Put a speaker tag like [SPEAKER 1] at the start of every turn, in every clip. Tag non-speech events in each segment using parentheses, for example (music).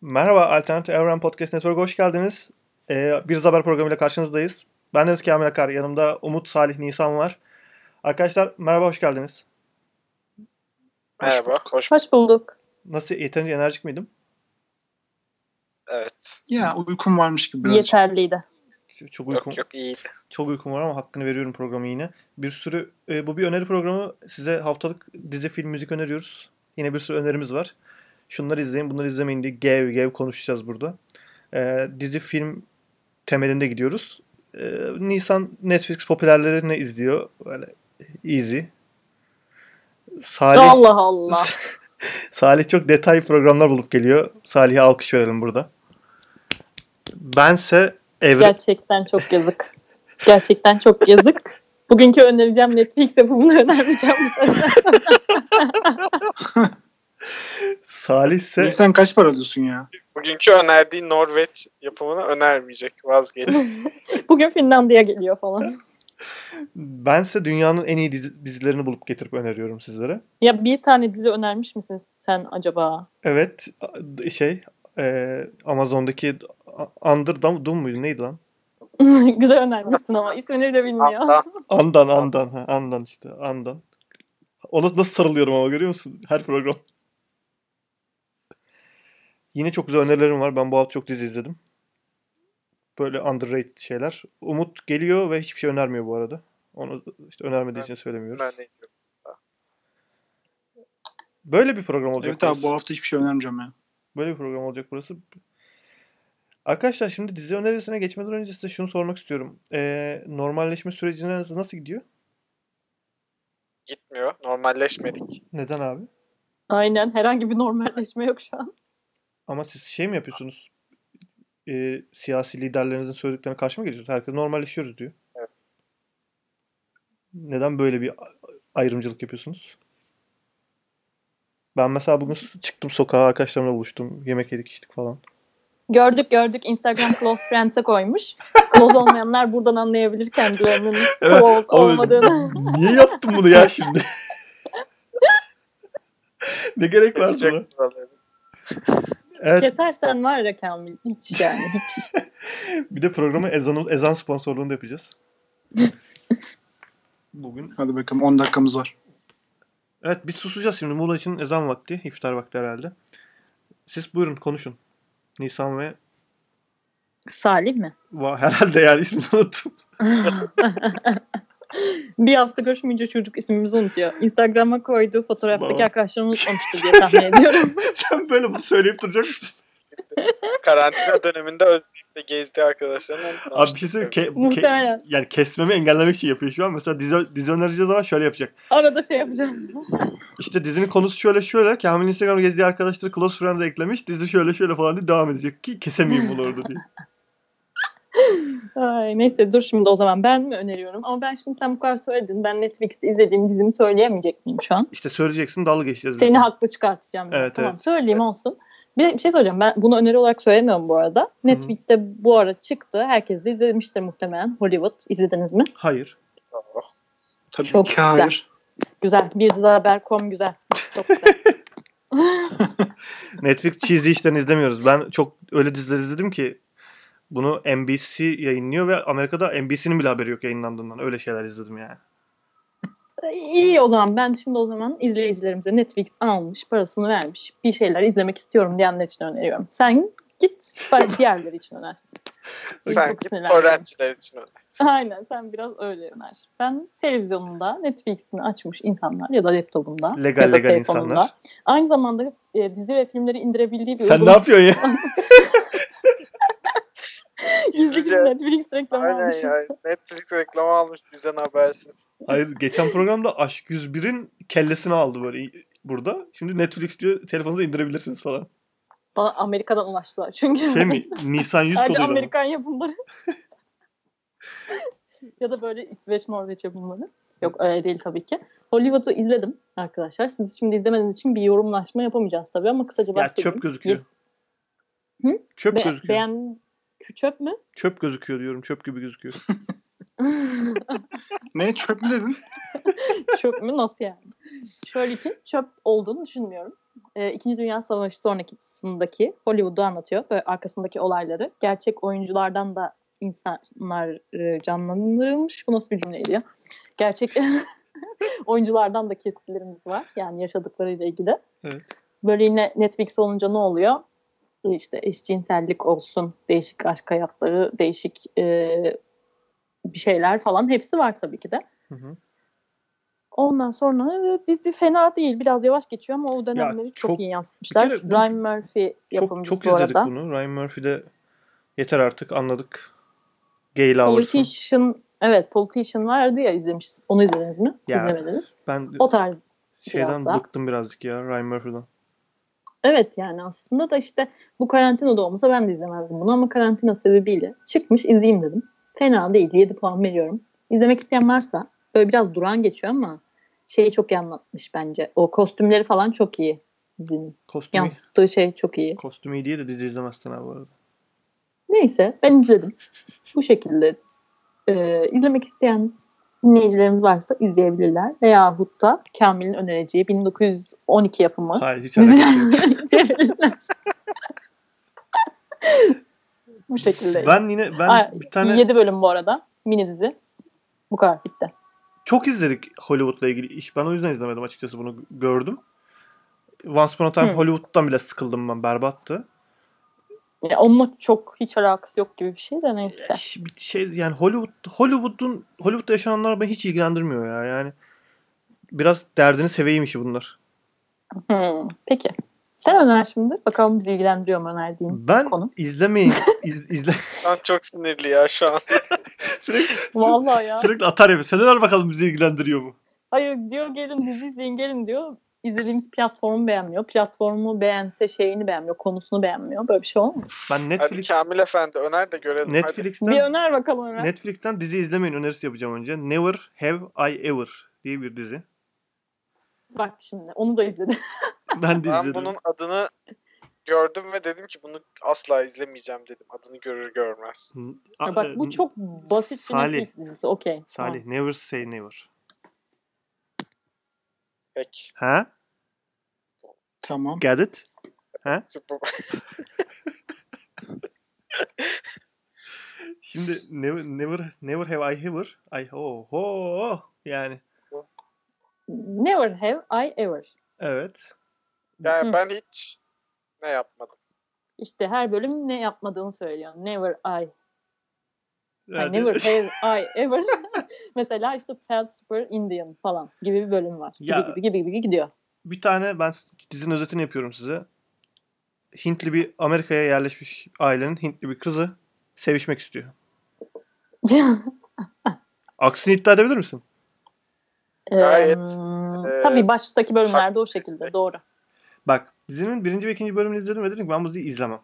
[SPEAKER 1] Merhaba Alternatif Evren Podcast Network'a hoş geldiniz. Ee, bir haber programıyla karşınızdayız. Ben Deniz Kamil Akar, yanımda Umut Salih Nisan var. Arkadaşlar merhaba, hoş geldiniz.
[SPEAKER 2] Merhaba, hoş
[SPEAKER 3] Hoş bulduk.
[SPEAKER 1] Nasıl, yeterince enerjik miydim?
[SPEAKER 2] Evet.
[SPEAKER 4] Ya uykum varmış gibi biraz.
[SPEAKER 3] Yeterliydi.
[SPEAKER 1] Çok- Çok uykum,
[SPEAKER 2] Yok yok iyi.
[SPEAKER 1] çok uykum var ama hakkını veriyorum programı yine. Bir sürü, e, bu bir öneri programı. Size haftalık dizi, film, müzik öneriyoruz. Yine bir sürü önerimiz var. Şunları izleyin, bunları izlemeyin diye gev gev konuşacağız burada. Ee, dizi, film temelinde gidiyoruz. Ee, Nisan Netflix popülerleri ne izliyor? Böyle easy. Salih,
[SPEAKER 3] Allah
[SPEAKER 1] (laughs)
[SPEAKER 3] Allah.
[SPEAKER 1] Salih çok detay programlar bulup geliyor. Salih'e alkış verelim burada. Bense evre,
[SPEAKER 3] Gerçekten çok yazık. Gerçekten çok yazık. Bugünkü önereceğim Netflix yapımını (laughs) önermeyeceğim. bu sefer.
[SPEAKER 1] Salih ise
[SPEAKER 4] E, Sen kaç para alıyorsun ya?
[SPEAKER 2] Bugünkü önerdiği Norveç yapımını önermeyecek.
[SPEAKER 3] (laughs)
[SPEAKER 2] Vazgeç.
[SPEAKER 3] Bugün Finlandiya geliyor falan.
[SPEAKER 1] Bense dünyanın en iyi dizi- dizilerini bulup getirip öneriyorum sizlere.
[SPEAKER 3] Ya bir tane dizi önermiş misin sen acaba? (laughs)
[SPEAKER 1] Evet a- şey e, Amazon'daki A- Under Doom muydu neydi lan?
[SPEAKER 3] Güzel önermişsin ama ismini de bilmiyor.
[SPEAKER 2] Hatta
[SPEAKER 1] Andan Andan ha, Andan işte Andan. Ona nasıl sarılıyorum ama görüyor musun? Her program. Yine çok güzel önerilerim var. Ben bu hafta çok dizi izledim. Böyle underrated şeyler. Umut geliyor ve hiçbir şey önermiyor bu arada. Onu işte önermediği için söylemiyoruz.
[SPEAKER 2] ben de gidiyorum.
[SPEAKER 1] Böyle bir program olacak.
[SPEAKER 4] Evet abi
[SPEAKER 1] burası.
[SPEAKER 4] bu hafta hiçbir şey önermeyeceğim ya.
[SPEAKER 1] Böyle bir program olacak burası. Arkadaşlar şimdi dizi önerisine geçmeden önce size şunu sormak istiyorum. Ee, normalleşme süreciniz nasıl gidiyor?
[SPEAKER 2] Gitmiyor. Normalleşmedik.
[SPEAKER 1] Neden abi?
[SPEAKER 3] Aynen herhangi bir normalleşme yok şu an.
[SPEAKER 1] Ama siz şey mi yapıyorsunuz? Ee, siyasi liderlerinizin söylediklerine karşı mı geliyorsunuz? Herkes normalleşiyoruz diyor.
[SPEAKER 2] Evet.
[SPEAKER 1] Neden böyle bir a- ayrımcılık yapıyorsunuz? Ben mesela bugün s- çıktım sokağa arkadaşlarımla buluştum. Yemek yedik içtik falan.
[SPEAKER 3] Gördük gördük Instagram close friends'e koymuş. Close olmayanlar buradan anlayabilir kendilerinin
[SPEAKER 1] Evet,
[SPEAKER 3] close
[SPEAKER 1] Abi,
[SPEAKER 3] olmadığını.
[SPEAKER 1] Niye yaptın bunu ya şimdi? (laughs) ne gerek var buna?
[SPEAKER 2] Kesecek buraları.
[SPEAKER 1] Evet
[SPEAKER 3] Kesersen var ya Kamil hiç yani.
[SPEAKER 1] bir de programı ezan, ezan sponsorluğunu da yapacağız. Bugün.
[SPEAKER 4] Hadi bakalım 10 dakikamız var.
[SPEAKER 1] Evet biz susacağız şimdi. Muğla için ezan vakti. iftar vakti herhalde. Siz buyurun konuşun. Nisan ve
[SPEAKER 3] Salih mi?
[SPEAKER 1] Va- herhalde yani ismini (laughs) unuttum.
[SPEAKER 3] Bir hafta görüşmeyince çocuk ismimizi unutuyor. Instagram'a koyduğu fotoğraftaki
[SPEAKER 1] Baba.
[SPEAKER 3] arkadaşlarını unutmamıştır diye
[SPEAKER 1] (laughs)
[SPEAKER 3] tahmin ediyorum.
[SPEAKER 1] Sen böyle bunu söyleyip duracak mısın?
[SPEAKER 2] Karantina döneminde Özgür'de gezdiği arkadaşlarını unutmamıştık.
[SPEAKER 1] Abi bir şey söyleyeyim. Ke- ke-
[SPEAKER 3] Muhtemelen.
[SPEAKER 1] yani kesmemi engellemek için yapıyor şu an. Mesela dizi, dizi önereceğiz ama şöyle yapacak.
[SPEAKER 3] Arada şey yapacağız.
[SPEAKER 1] İşte dizinin konusu şöyle şöyle. Kamil Instagram'da gezdiği arkadaşları Close Friend'e eklemiş. Dizi şöyle şöyle falan diye devam edecek ki kesemeyeyim bunu
[SPEAKER 3] Hmm.
[SPEAKER 1] orada diye.
[SPEAKER 3] Ay, neyse dur şimdi o zaman ben mi öneriyorum? Ama ben şimdi sen bu kadar söyledin. Ben Netflix'te izlediğim dizimi söyleyemeyecek miyim şu an?
[SPEAKER 1] İşte söyleyeceksin dalga geçeceğiz. biz.
[SPEAKER 3] Seni haklı çıkartacağım. ben.
[SPEAKER 1] Evet,
[SPEAKER 3] tamam
[SPEAKER 1] evet.
[SPEAKER 3] söyleyeyim olsun. Bir, bir şey söyleyeceğim. Ben bunu öneri olarak söylemiyorum bu arada. Netflix'te bu ara çıktı. Herkes de izlemiştir muhtemelen. Hollywood. izlediniz mi?
[SPEAKER 1] Hayır.
[SPEAKER 2] Oh,
[SPEAKER 4] Tabii
[SPEAKER 3] Çok
[SPEAKER 4] ki
[SPEAKER 3] güzel.
[SPEAKER 4] hayır.
[SPEAKER 3] Güzel. Bir dizi haber kom güzel. Çok güzel.
[SPEAKER 1] Netflix cheesy işlerini izlemiyoruz. Ben çok öyle diziler izledim ki bunu NBC yayınlıyor ve Amerika'da NBC'nin bile haberi yok yayınlandığından. Öyle şeyler izledim yani.
[SPEAKER 3] İyi o zaman ben şimdi o zaman izleyicilerimize Netflix almış, parasını vermiş, bir şeyler izlemek istiyorum diyenler için öneriyorum. Sen git
[SPEAKER 1] (laughs)
[SPEAKER 3] bari diğerleri için öner.
[SPEAKER 2] Sen
[SPEAKER 3] Çok
[SPEAKER 2] git
[SPEAKER 3] sinirlendim.
[SPEAKER 2] öğrenciler için öner.
[SPEAKER 3] Aynen sen biraz öyle öner. Ben televizyonunda Netflix'ini açmış insanlar ya da laptopunda
[SPEAKER 1] Legal
[SPEAKER 3] ya da
[SPEAKER 1] legal
[SPEAKER 3] telefonunda.
[SPEAKER 1] insanlar.
[SPEAKER 3] Aynı zamanda e, dizi ve filmleri indirebildiği bir
[SPEAKER 1] Sen ne
[SPEAKER 3] (laughs) uygulama.
[SPEAKER 1] yapıyorsun ya?
[SPEAKER 3] Gizli
[SPEAKER 2] İngilizce-
[SPEAKER 3] gibi Netflix reklamı
[SPEAKER 2] Aynen
[SPEAKER 3] almış.
[SPEAKER 2] ya. Netflix reklamı almış bizden habersiz.
[SPEAKER 1] Hayır geçen programda Aşk 101'in kellesini aldı böyle burada. Şimdi Netflix diyor telefonunuza indirebilirsiniz falan.
[SPEAKER 3] Bana Amerika'dan ulaştılar çünkü.
[SPEAKER 1] Şey mi? Nisan 100
[SPEAKER 3] Sadece
[SPEAKER 1] koduyla mı?
[SPEAKER 3] Amerikan yapımları. ya da böyle İsveç, Norveç yapımları. Yok öyle değil tabii ki. Hollywood'u izledim arkadaşlar. Siz şimdi izlemediğiniz için bir yorumlaşma yapamayacağız tabii ama kısaca
[SPEAKER 1] Ya
[SPEAKER 3] bahsedeyim.
[SPEAKER 1] çöp gözüküyor.
[SPEAKER 3] Hı?
[SPEAKER 1] Çöp
[SPEAKER 3] Be-
[SPEAKER 1] gözüküyor.
[SPEAKER 3] Beğen... Çöp mü? (laughs)
[SPEAKER 1] Çöp gözüküyor diyorum. Çöp gibi gözüküyor.
[SPEAKER 4] Ne çöp mü dedin?
[SPEAKER 3] çöp mü? Nasıl yani? Şöyle ki çöp olduğunu düşünmüyorum. e, İkinci Dünya Savaşı sonrasındaki Hollywood'u anlatıyor ve arkasındaki olayları. Gerçek oyunculardan da insanlar e, canlandırılmış. Bu nasıl bir cümleydi ya? Gerçek (laughs) oyunculardan da kesitlerimiz var. Yani yaşadıklarıyla ilgili.
[SPEAKER 1] Evet.
[SPEAKER 3] Böyle yine Netflix olunca ne oluyor? E, İşte eşcinsellik olsun, değişik aşk hayatları, değişik e, bir şeyler falan hepsi var tabii ki de.
[SPEAKER 1] Hı hı.
[SPEAKER 3] Ondan sonra e, dizi fena değil. Biraz yavaş geçiyor ama o dönemleri çok,
[SPEAKER 1] çok-
[SPEAKER 3] iyi yansıtmışlar.
[SPEAKER 1] bir kere bu-
[SPEAKER 3] Ryan Murphy
[SPEAKER 1] Çok
[SPEAKER 3] yapımcısı
[SPEAKER 1] çok
[SPEAKER 3] bu
[SPEAKER 1] izledik
[SPEAKER 3] arada.
[SPEAKER 1] bunu. Ryan Murphy'de yeter artık anladık. Gay lovers'ın.
[SPEAKER 3] Politician, evet Politician vardı ya izlemiş. Onu izlediniz mi?
[SPEAKER 1] Ya.
[SPEAKER 3] İzlemediniz.
[SPEAKER 1] Ben
[SPEAKER 3] O tarz.
[SPEAKER 1] şeyden
[SPEAKER 3] daha.
[SPEAKER 1] bıktım birazcık ya Ryan Murphy'den.
[SPEAKER 3] Evet yani aslında da işte bu karantinada olmasa ben de izlemezdim bunu ama karantina sebebiyle çıkmış izleyeyim dedim. Fena değil 7 puan veriyorum. İzlemek isteyen varsa böyle biraz duran geçiyor ama şeyi çok iyi anlatmış bence. O kostümleri falan çok iyi dizinin.
[SPEAKER 1] Kostümü,
[SPEAKER 3] Yansıttığı şey çok iyi.
[SPEAKER 1] kostümü iyi diye de dizi izlemezsin abi bu arada.
[SPEAKER 3] Neyse ben izledim. Bu şekilde e, izlemek isteyen dinleyicilerimiz varsa izleyebilirler. Veyahut da Kamil'in önereceği 1912 yapımı
[SPEAKER 1] Hayır hiç alakası
[SPEAKER 3] (laughs)
[SPEAKER 1] yok.
[SPEAKER 3] diziler izleyebilirler. Bu şekilde.
[SPEAKER 1] Ben yine ben
[SPEAKER 3] Ay,
[SPEAKER 1] bir tane
[SPEAKER 3] 7 bölüm bu arada. Mini dizi. Bu kadar bitti.
[SPEAKER 1] çok izledik Hollywood'la ilgili iş. Ben o yüzden izlemedim açıkçası bunu g- gördüm. Once Upon a Time
[SPEAKER 3] Hı.
[SPEAKER 1] Hollywood'dan bile sıkıldım ben. Berbattı.
[SPEAKER 3] Ya onunla çok hiç alakası yok gibi bir şey de neyse.
[SPEAKER 1] Ş- bir Şey yani Hollywood Hollywood'un Hollywood'da yaşananlar beni hiç ilgilendirmiyor ya. Yani biraz derdini seveyim işi bunlar.
[SPEAKER 3] Hmm, peki. Sen öner şimdi. Bakalım bizi ilgilendiriyor mu önerdiğin
[SPEAKER 1] Ben
[SPEAKER 3] konu. (laughs)
[SPEAKER 1] izlemeyin iz, izle (laughs)
[SPEAKER 2] Ben çok sinirli ya şu an.
[SPEAKER 1] sürekli
[SPEAKER 3] Vallahi ya.
[SPEAKER 1] sürekli atar yapıyor. Sen öner bakalım bizi ilgilendiriyor mu?
[SPEAKER 3] Hayır diyor gelin dizi izleyin gelin diyor. İzlediğimiz platformu beğenmiyor. Platformu beğense şeyini beğenmiyor. Konusunu beğenmiyor. Böyle bir şey olur mu?
[SPEAKER 1] Ben
[SPEAKER 2] Hadi
[SPEAKER 1] Netflix
[SPEAKER 2] Kamil Efendi öner de görelim. Hadi.
[SPEAKER 1] Netflix'ten
[SPEAKER 3] Bir öner bakalım Ömer.
[SPEAKER 1] Netflix'ten dizi izlemeyin önerisi yapacağım önce. Never Have I Ever diye bir dizi.
[SPEAKER 3] Bak şimdi onu da izledim.
[SPEAKER 1] Ben de
[SPEAKER 2] Ben
[SPEAKER 1] izledim.
[SPEAKER 2] bunun adını gördüm ve dedim ki bunu asla izlemeyeceğim dedim. Adını görür görmez.
[SPEAKER 1] A-
[SPEAKER 3] Bak bu çok basit bir
[SPEAKER 1] e, Salih.
[SPEAKER 3] Netflix dizisi. Okey. Tamam.
[SPEAKER 1] Salih never say never.
[SPEAKER 2] Peki.
[SPEAKER 1] Ha?
[SPEAKER 4] Tamam.
[SPEAKER 1] Get it?
[SPEAKER 2] Tıpkı- (laughs)
[SPEAKER 1] Şimdi never never never have I ever. I ho ho yani
[SPEAKER 3] Never have I ever.
[SPEAKER 1] evet.
[SPEAKER 2] Yani
[SPEAKER 3] Hı.
[SPEAKER 2] ben hiç ne yapmadım.
[SPEAKER 3] İşte her bölüm ne yapmadığını söylüyor. Never I. Ay,
[SPEAKER 1] Yani- (laughs)
[SPEAKER 3] never have I ever. (laughs) Mesela işte Felt Super Indian falan gibi bir bölüm var. Gibi
[SPEAKER 1] Ya.
[SPEAKER 3] gibi gibi, gibi gidiyor. (laughs)
[SPEAKER 1] bir tane ben s- dizinin özetini yapıyorum size. Hintli bir Amerika'ya yerleşmiş ailenin Hintli bir kızı sevişmek istiyor. Aksini iddia edebilir misin?
[SPEAKER 2] Gayet, e,
[SPEAKER 3] Eee, Tabii baştaki bölümlerde o şekilde.
[SPEAKER 2] destek.
[SPEAKER 3] Doğru.
[SPEAKER 1] Bak dizinin birinci ve ikinci bölümünü izledim ve dedim ki ben bu diziyi izlemem.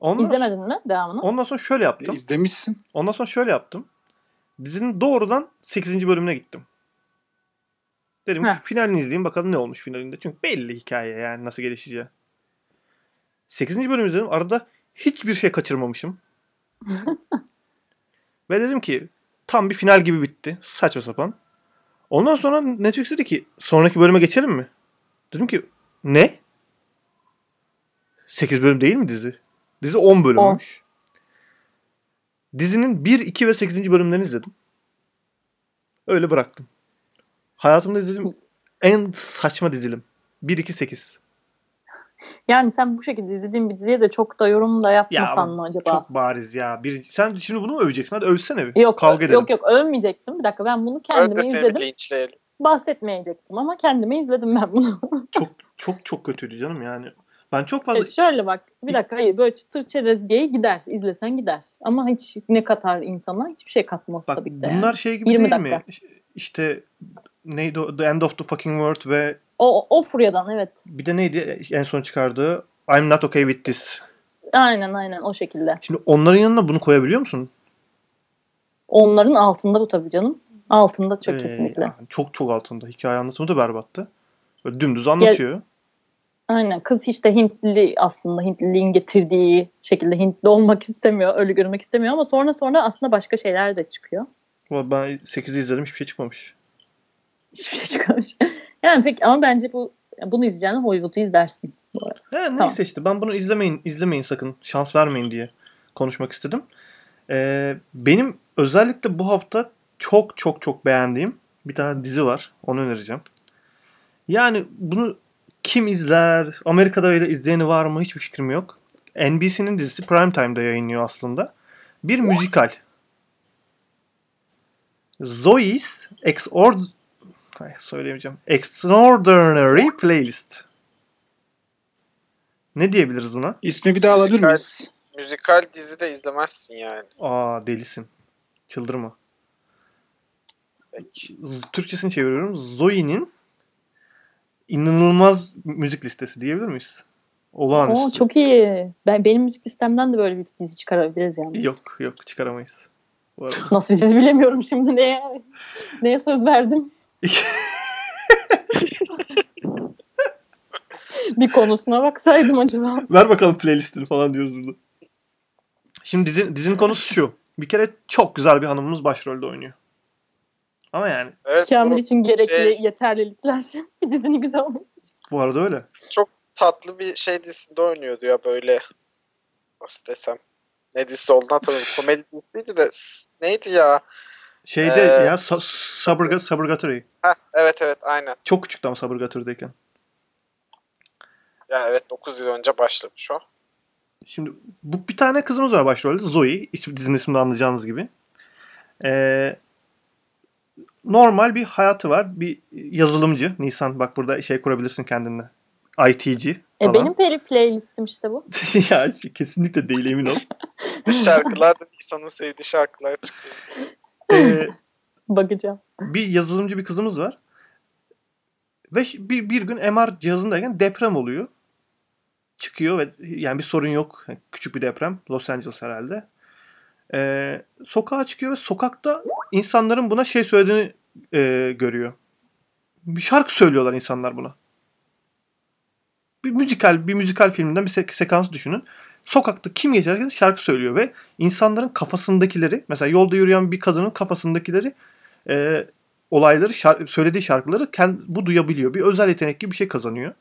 [SPEAKER 1] Ondan,
[SPEAKER 3] İzlemedin mi devamını?
[SPEAKER 1] ondan sonra şöyle
[SPEAKER 4] E,
[SPEAKER 1] yaptım.
[SPEAKER 4] İzlemişsin.
[SPEAKER 1] Ondan sonra şöyle yaptım. Dizinin doğrudan 8. bölümüne gittim. Dedim ki
[SPEAKER 3] Heh.
[SPEAKER 1] finalini izleyeyim bakalım ne olmuş finalinde. Çünkü belli hikaye yani nasıl gelişeceği. 8. bölümü izledim. Arada hiçbir şey kaçırmamışım. Ve dedim ki tam bir final gibi bitti. Saçma sapan. Ondan sonra Netflix dedi ki sonraki bölüme geçelim mi? Dedim ki ne? 8 bölüm değil mi dizi? Dizi 10 bölümmüş. Dizinin 1, 2 ve 8. bölümlerini izledim. Öyle bıraktım. Hayatımda izlediğim en saçma dizilim. 1, 2, 8.
[SPEAKER 3] Yani sen bu şekilde izlediğin bir diziye de çok da yorum da
[SPEAKER 1] Ya,
[SPEAKER 3] yapmasan mı acaba?
[SPEAKER 1] Çok bariz ya. Bir, sen şimdi bunu mu öveceksin? Hadi övsene bir.
[SPEAKER 3] Yok,
[SPEAKER 1] Kavga edelim.
[SPEAKER 3] yok yok övmeyecektim. Bir dakika ben bunu
[SPEAKER 2] Öyle de
[SPEAKER 3] kendime
[SPEAKER 2] seni
[SPEAKER 3] izledim.
[SPEAKER 2] bir linçleyelim.
[SPEAKER 3] Bahsetmeyecektim ama kendime izledim
[SPEAKER 1] (laughs)
[SPEAKER 3] ben bunu.
[SPEAKER 1] Çok çok çok kötüydü canım yani. Ben çok
[SPEAKER 3] E
[SPEAKER 1] fazla
[SPEAKER 3] şöyle bak bir dakika hayır böyle çıtır çerez gay gider izlesen gider. Ama hiç ne katar insana hiçbir şey katmaz
[SPEAKER 1] Bak
[SPEAKER 3] tabii ki de.
[SPEAKER 1] bunlar
[SPEAKER 3] yani.
[SPEAKER 1] şey gibi
[SPEAKER 3] 20
[SPEAKER 1] değil mi?
[SPEAKER 3] dakika.
[SPEAKER 1] İş- İşte neydi o? The End of the Fucking World ve
[SPEAKER 3] O, o furyadan evet.
[SPEAKER 1] bir de neydi en son çıkardığı I'm Not Okay With This.
[SPEAKER 3] Aynen aynen o şekilde.
[SPEAKER 1] Şimdi onların yanına bunu koyabiliyor musun?
[SPEAKER 3] Onların altında bu tabii canım. Altında çok
[SPEAKER 1] Ee,
[SPEAKER 3] kesinlikle.
[SPEAKER 1] yani çok çok altında. Hikaye anlatımı da berbattı. Böyle dümdüz anlatıyor.
[SPEAKER 3] Aynen kız işte Hintli aslında Hintliliğin getirdiği şekilde Hintli olmak istemiyor. Öyle görmek istemiyor ama sonra sonra aslında başka şeyler de çıkıyor. (laughs)
[SPEAKER 1] Ama Ben 8'i izledim hiçbir şey çıkmamış.
[SPEAKER 3] Hiçbir şey çıkmamış. Yani pek ama bence bu Yani bunu izleyeceğine Hollywood'u izlersin. Bu arada.
[SPEAKER 1] He, neyse
[SPEAKER 3] Tamam.
[SPEAKER 1] işte ben bunu izlemeyin izlemeyin sakın şans vermeyin diye konuşmak istedim. Ee, benim özellikle bu hafta çok çok çok beğendiğim bir tane dizi var. Onu önereceğim. Yani bunu kim izler? Amerika'da öyle izleyeni var mı? Hiçbir fikrim yok. NBC'nin dizisi Primetime'da yayınlıyor aslında. Bir müzikal. Zoe's Exord... Ay, söyleyemeyeceğim. Extraordinary Playlist. Ne diyebiliriz buna?
[SPEAKER 4] İsmi bir daha alabilir
[SPEAKER 2] Evet.
[SPEAKER 4] miyiz?
[SPEAKER 2] Müzikal dizi de izlemezsin yani.
[SPEAKER 1] Aa delisin. Çıldırma.
[SPEAKER 2] Peki.
[SPEAKER 1] Z- Türkçesini çeviriyorum. Zoe'nin inanılmaz müzik listesi diyebilir miyiz? Olağanüstü.
[SPEAKER 3] Oo, çok iyi. Ben Benim müzik listemden de böyle bir dizi çıkarabiliriz yani.
[SPEAKER 1] Yok yok çıkaramayız. Bu arada.
[SPEAKER 3] Nasıl bir dizi bilemiyorum şimdi. Neye, neye söz
[SPEAKER 2] (laughs)
[SPEAKER 3] verdim? bir konusuna baksaydım acaba.
[SPEAKER 1] Ver bakalım playlistini falan diyoruz burada. Şimdi dizin, dizinin konusu şu. Bir kere çok güzel bir hanımımız başrolde oynuyor. Ama yani
[SPEAKER 2] Evet
[SPEAKER 3] Kamil
[SPEAKER 2] bu
[SPEAKER 3] için gerekli
[SPEAKER 2] şey-
[SPEAKER 3] yeterlilikler. (laughs) bir dizini güzel olmuş.
[SPEAKER 1] bu arada öyle.
[SPEAKER 2] çok tatlı bir şey dizisinde oynuyordu ya böyle. Nasıl desem. Ne dizisi olduğunu hatırlamıyorum. Komedi dizisiydi de s- neydi ya?
[SPEAKER 1] Şeyde
[SPEAKER 2] Ee,
[SPEAKER 1] ya sa- Suburga- Suburgatory.
[SPEAKER 2] Heh, evet evet aynen.
[SPEAKER 1] Çok küçüktü ama Suburgatory'deyken.
[SPEAKER 2] Yani evet 9 yıl önce başlamış o.
[SPEAKER 1] Şimdi bu bir tane kızımız var başrolde. Zoe. İsim, dizinin ismini anlayacağınız gibi. Ee, normal bir hayatı var. Bir yazılımcı. Nisan bak burada şey kurabilirsin kendine. IT'ci
[SPEAKER 3] E,
[SPEAKER 1] falan.
[SPEAKER 3] benim peri playlistim işte bu.
[SPEAKER 1] (laughs) ya kesinlikle değil emin ol.
[SPEAKER 2] Dış şarkılar da insanın sevdiği şarkılar çıkıyor.
[SPEAKER 1] Ee,
[SPEAKER 3] Bakacağım.
[SPEAKER 1] bir yazılımcı bir kızımız var. Ve ş- bir, bir gün MR cihazındayken deprem oluyor. Çıkıyor ve yani bir sorun yok. Yani Küçük bir deprem. Los Angeles herhalde. Ee, sokağa çıkıyor ve sokakta insanların buna şey söylediğini e, görüyor. Bir şarkı söylüyorlar insanlar buna. Bir müzikal, bir müzikal filminden bir sek- sekans düşünün. Sokakta kim geçerken şarkı söylüyor ve insanların kafasındakileri, mesela yolda yürüyen bir kadının kafasındakileri e, olayları, şar- söylediği şarkıları kend- bu duyabiliyor. Bir özel yetenek gibi bir şey kazanıyor.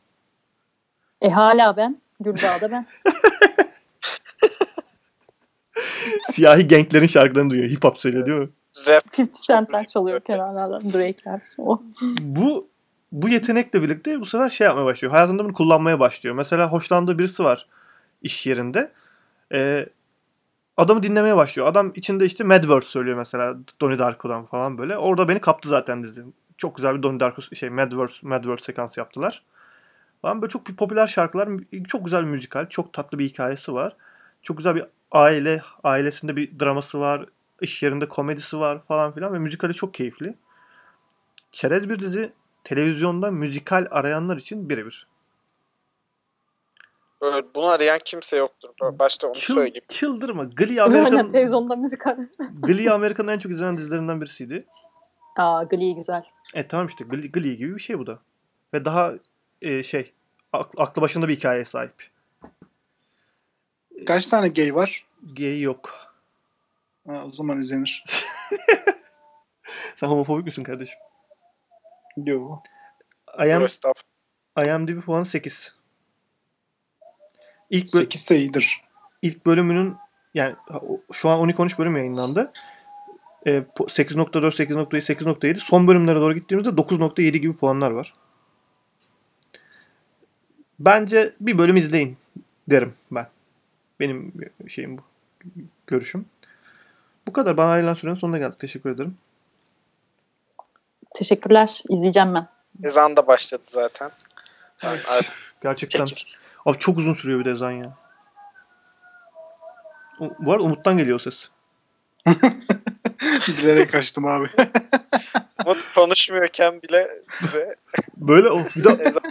[SPEAKER 3] E hala ben. Gürdağ'da ben.
[SPEAKER 1] Siyahi genklerin şarkılarını duyuyor. Hip hop söylüyor değil mi?
[SPEAKER 2] Rap
[SPEAKER 3] Fifty Cent'ler çalıyor kenarlardan. Drake'ler. O.
[SPEAKER 1] Bu bu yetenekle birlikte bu sefer şey yapmaya başlıyor. Hayatında bunu kullanmaya başlıyor. Mesela hoşlandığı birisi var iş yerinde. E, adamı dinlemeye başlıyor. Adam içinde işte Madverse söylüyor mesela Donnie Darko'dan falan böyle. Orada beni kaptı zaten dizi. Çok güzel bir Donnie Darko şey Madverse, Madverse sekansı yaptılar. Falan böyle çok bir popüler şarkılar, çok güzel bir müzikal, çok tatlı bir hikayesi var. Çok güzel bir aile, ailesinde bir draması var, iş yerinde komedisi var falan filan ve müzikali çok keyifli. Çerez bir dizi televizyonda müzikal arayanlar için birebir.
[SPEAKER 2] Böyle bunu arayan kimse yoktur. Başta onu
[SPEAKER 1] Çıl,
[SPEAKER 2] söyleyeyim.
[SPEAKER 1] çıldırma. Glee
[SPEAKER 3] (laughs) Aynen,
[SPEAKER 1] Amerika'nın,
[SPEAKER 3] hani televizyonda müzikal.
[SPEAKER 1] Glee Amerika'nın en çok izlenen dizilerinden birisiydi.
[SPEAKER 3] Aa Glee güzel.
[SPEAKER 1] E tamam işte Glee, Glee gibi bir şey bu da. Ve daha e, şey ak- aklı başında bir hikayeye sahip.
[SPEAKER 4] Kaç tane gay var?
[SPEAKER 1] Gay yok.
[SPEAKER 4] Ha, o zaman izlenir.
[SPEAKER 1] Sen homofobik misin kardeşim?
[SPEAKER 4] Yo.
[SPEAKER 1] IM,
[SPEAKER 2] Estağfurullah.
[SPEAKER 1] IMDb puanı 8. İlk, bö-
[SPEAKER 4] 8 de iyidir. (laughs)
[SPEAKER 1] ilk bölümünün yani ha, o- şu an 12-13 bölüm yayınlandı. E, po- 8.4, 8.7, 8.7 son bölümlere doğru gittiğimizde 9.7 gibi puanlar var. Bence bir bölüm izleyin derim ben. Benim şeyim bu. Görüşüm. Bu kadar. Bana ayrılan sürenin sonuna geldik. Teşekkür ederim.
[SPEAKER 3] Teşekkürler. İzleyeceğim ben.
[SPEAKER 2] Ezan da başladı zaten. Abi,
[SPEAKER 1] Gerçekten.
[SPEAKER 2] çekil.
[SPEAKER 1] Abi çok uzun sürüyor bir de ezan ya. O- Bu arada Umut'tan geliyor o ses.
[SPEAKER 4] Bilerek kaçtım abi.
[SPEAKER 2] Umut konuşmuyorken bile size
[SPEAKER 1] Böyle o.
[SPEAKER 4] (laughs)
[SPEAKER 1] Bir de
[SPEAKER 2] ezan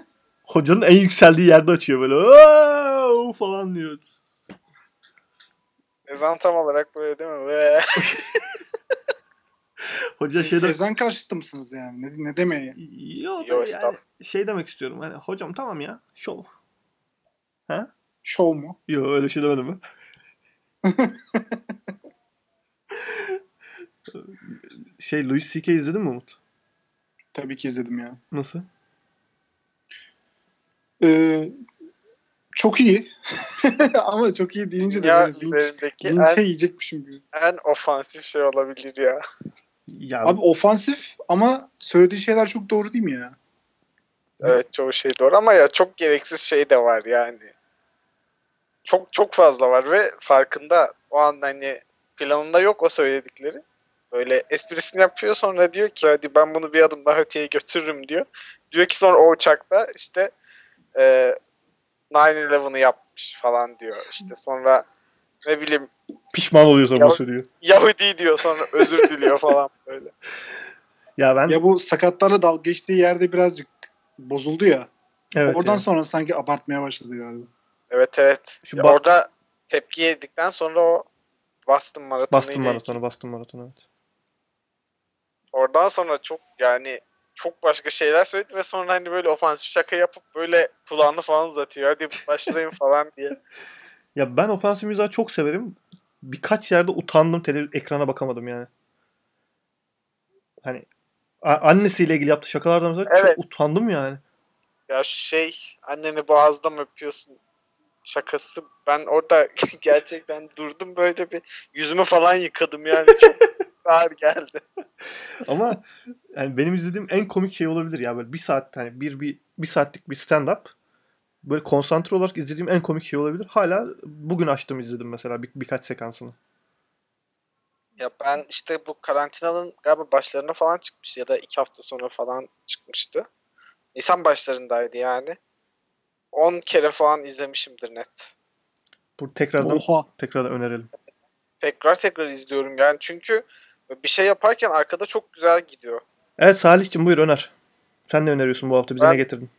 [SPEAKER 1] hocanın en yükseldiği yerde açıyor böyle. "Oo!" falan diyor.
[SPEAKER 2] Ezan tam olarak böyle değil mi? Ve
[SPEAKER 1] Hoca şeyden
[SPEAKER 4] Ezan karşıtı mısınız yani? Ne, ne demeye? yani?
[SPEAKER 1] Yo, da
[SPEAKER 2] Yo,
[SPEAKER 1] yani
[SPEAKER 2] estağfurullah.
[SPEAKER 1] şey demek istiyorum. Hani hocam tamam ya. Şov.
[SPEAKER 4] Şov mu?
[SPEAKER 1] Yo öyle şey demedim
[SPEAKER 4] (laughs)
[SPEAKER 1] mi? şey Louis C.K. izledin mi Umut?
[SPEAKER 4] Tabii ki izledim ya.
[SPEAKER 1] Nasıl?
[SPEAKER 4] Ee, çok iyi. (laughs) Ama çok iyi deyince de
[SPEAKER 2] Dünya
[SPEAKER 4] böyle linç,
[SPEAKER 2] üzerindeki
[SPEAKER 4] linçe
[SPEAKER 1] er-
[SPEAKER 2] en,
[SPEAKER 4] yiyecekmişim gibi.
[SPEAKER 2] en ofansif şey olabilir ya.
[SPEAKER 1] Ya
[SPEAKER 4] Abi ofansif ama söylediği şeyler çok doğru değil mi ya?
[SPEAKER 2] Evet çoğu şey doğru ama ya çok gereksiz şey de var yani. Çok çok fazla var ve farkında o an hani planında yok o söyledikleri. Böyle esprisini yapıyor sonra diyor ki hadi ben bunu bir adım daha öteye götürürüm diyor. Diyor ki sonra o uçakta işte e, 9-11'ı yapmış falan diyor. İşte sonra ne bileyim
[SPEAKER 1] pişman oluyor sonra
[SPEAKER 2] Ya-
[SPEAKER 1] bunu söylüyor.
[SPEAKER 2] Yahudi diyor sonra özür diliyor falan böyle.
[SPEAKER 1] Ya ben
[SPEAKER 4] Ya bu sakatlarla dalga geçtiği yerde birazcık bozuldu ya.
[SPEAKER 1] evet,
[SPEAKER 4] Oradan
[SPEAKER 1] ya.
[SPEAKER 4] sonra sanki abartmaya başladı galiba.
[SPEAKER 2] Evet evet.
[SPEAKER 1] Şu
[SPEAKER 2] Ya
[SPEAKER 1] bak-
[SPEAKER 2] orada tepki yedikten sonra o Boston maratonu
[SPEAKER 1] bastım maratonu, bastım maratonu evet.
[SPEAKER 2] Oradan sonra çok yani çok başka şeyler söyledi ve sonra hani böyle ofansif şaka yapıp böyle kulağını falan uzatıyor. Hadi başlayın falan diye.
[SPEAKER 1] Ya ben ofansif mizahı çok severim. Birkaç yerde utandım tele ekrana bakamadım yani. Hani a- annesiyle ilgili yaptığı şakalardan mesela
[SPEAKER 2] Evet.
[SPEAKER 1] çok utandım yani.
[SPEAKER 2] Ya şu şey anneni boğazda mı öpüyorsun şakası. Ben orada (laughs) gerçekten durdum böyle bir yüzümü falan yıkadım yani. Çok ağır geldi. (laughs)
[SPEAKER 1] Ama yani benim izlediğim en komik şey olabilir ya böyle bir saat hani bir, bir, bir saatlik bir stand up böyle konsantre olarak izlediğim en komik şey olabilir. Hala bugün açtım izledim mesela bir, birkaç sekansını.
[SPEAKER 2] Ya ben işte bu karantinanın galiba başlarına falan çıkmış ya da iki hafta sonra falan çıkmıştı. Nisan başlarındaydı yani. 10 kere falan izlemişimdir net.
[SPEAKER 1] Bu tekrardan
[SPEAKER 2] Oh.
[SPEAKER 4] Oha.
[SPEAKER 1] tekrardan önerelim.
[SPEAKER 2] Tekrar tekrar izliyorum yani çünkü bir şey yaparken arkada çok güzel gidiyor.
[SPEAKER 1] Evet Salih'cim buyur öner. Sen ne öneriyorsun bu hafta? Bize
[SPEAKER 2] Ben-
[SPEAKER 1] ne getirdin?